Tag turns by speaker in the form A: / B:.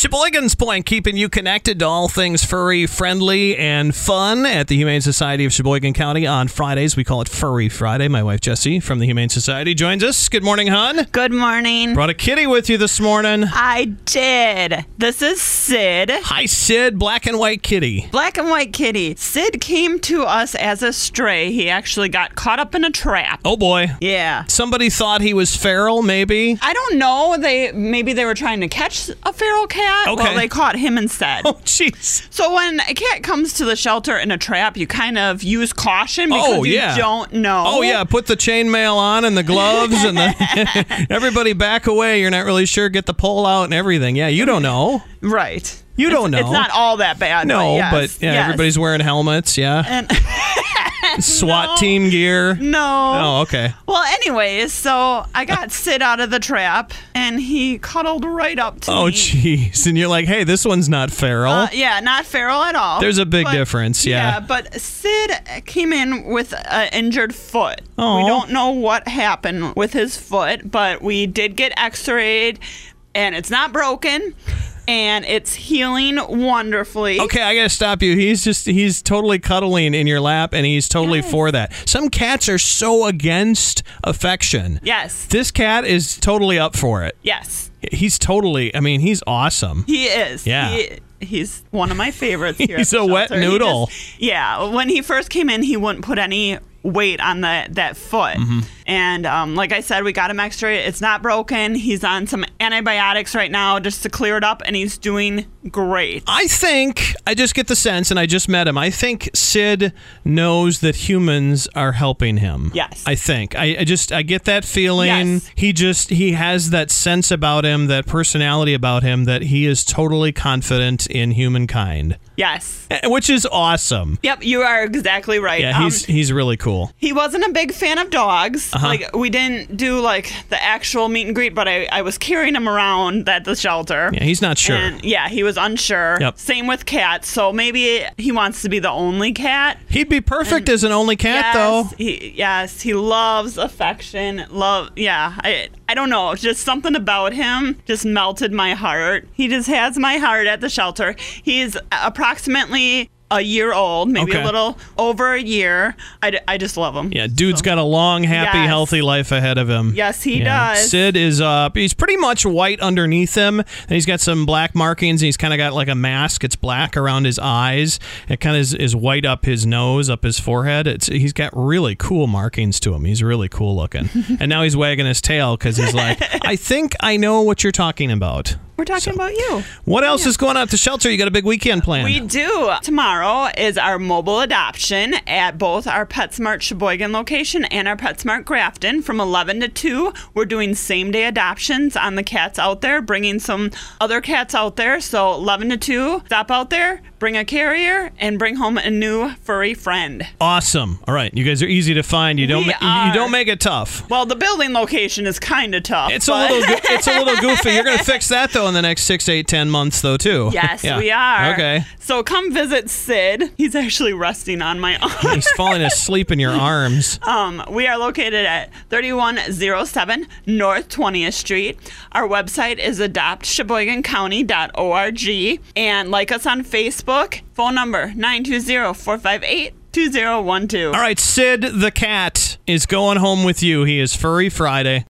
A: Sheboygan's Point, keeping you connected to all things furry friendly and fun at the Humane Society of Sheboygan County on Fridays. We call it Furry Friday. My wife Jessie from the Humane Society joins us. Good morning, hon.
B: Good morning.
A: Brought a kitty with you this morning.
B: I did. This is Sid.
A: Hi, Sid, black and white kitty.
B: Black and white kitty. Sid came to us as a stray. He actually got caught up in a trap.
A: Oh boy.
B: Yeah.
A: Somebody thought he was feral, maybe.
B: I don't know. They maybe they were trying to catch a feral cat.
A: Okay.
B: Well, they caught him instead.
A: Oh, jeez.
B: So when a cat comes to the shelter in a trap, you kind of use caution because
A: Oh,
B: you
A: yeah.
B: don't know.
A: Oh yeah, put the chainmail on and the gloves and the everybody back away. You're not really sure. Get the pole out and everything. Yeah, you don't know.
B: Right.
A: You don't know.
B: It's not all that bad.
A: No,
B: but, yes,
A: but yeah,
B: yes.
A: everybody's wearing helmets. Yeah,
B: And-
A: SWAT team gear.
B: No.
A: Oh, okay.
B: Well, anyways, so I got Sid out of the trap, and he cuddled right up to
A: Oh,
B: me.
A: jeez. And you're like, hey, this one's not feral.
B: Uh, yeah, not feral at all.
A: There's a big difference, yeah.
B: Yeah, but Sid came in with an injured foot.
A: Aw.
B: We don't know what happened with his foot, but we did get x-rayed, and it's not broken, and it's healing wonderfully.
A: okay, I gotta stop you. He's just he's totally cuddling in your lap, and he's totally for that. Some cats are so against affection.
B: Yes.
A: This cat is totally up for it.
B: Yes.
A: He's totally. I mean, he's awesome.
B: He is.
A: Yeah.
B: He, he's one of my favorites here. at
A: He's
B: the
A: a wet
B: shelter. He
A: noodle.
B: just- yeah. When he first came in, he wouldn't put any weight on the that foot.
A: Mm-hmm.
B: And um, like I said, we got him x-rayed. It's not broken. He's on some antibiotics right now just to clear it up, and he's doing great.
A: I think I just get the sense, and I just met him. I think Sid knows that humans are helping him.
B: Yes.
A: I think I, I just I get that feeling.
B: Yes.
A: He just he has that sense about him, that personality about him, that he is totally confident in humankind,
B: Yes.
A: eh, which is awesome.
B: Yep, you are exactly right.
A: Yeah,
B: Um,
A: he's Uh-huh. he's really cool.
B: he wasn't a big fan of dogs. Like we didn't do like the actual meet and greet, but I, I was carrying him around at the shelter.
A: Yeah, he's not sure.
B: And yeah, he was unsure.
A: Yep.
B: Same with cats. So maybe he wants to be the only cat.
A: He'd be perfect as an only cat,
B: yes,
A: though.
B: He, yes, he loves affection. Love. Yeah. I I don't know. Just something about him just melted my heart. He just has my heart at the shelter. He's approximately a year old, maybe
A: Okay.
B: a little over a year. I, d- I just love him.
A: Yeah, dude's got a long, happy,
B: Yes.
A: healthy life ahead of him.
B: Yes, he
A: Yeah.
B: does.
A: Sid is up. He's pretty much white underneath him, and he's got some black markings. And he's kind of got like a mask. It's black around his eyes. It kind of is, is white up his nose, up his forehead. It's he's got really cool markings to him. He's really cool looking. and now he's wagging his tail because he's like, I think I know what you're talking about.
B: We're talking about you.
A: What else is going on at the shelter? You got a big weekend planned.
B: We do. Tomorrow is our mobile adoption at both our PetSmart Sheboygan location and our PetSmart Grafton from 11 to 2. We're doing same day adoptions on the cats out there, bringing some other cats out there. So 11 to 2, stop out there, bring a carrier, and bring home a new furry friend.
A: awesome. All right, you guys are easy to find. You don't
B: We
A: ma- you
B: are.
A: don't make it tough.
B: Well, the building location is kind of tough.
A: It's a
B: but-
A: little, go- it's a little goofy. You're going to fix that though in the next six, eight, ten months though too.
B: Yes,
A: Yeah.
B: we are.
A: Okay.
B: So come visit Sid. He's actually resting on my arm.
A: He's falling asleep in your arms.
B: Um, we are located at 3107 North 20th Street. Our website is adoptsheboygancounty.org. And like us on Facebook, phone number 920 458 2012.
A: All right, Sid the cat is going home with you. He is Furry Friday.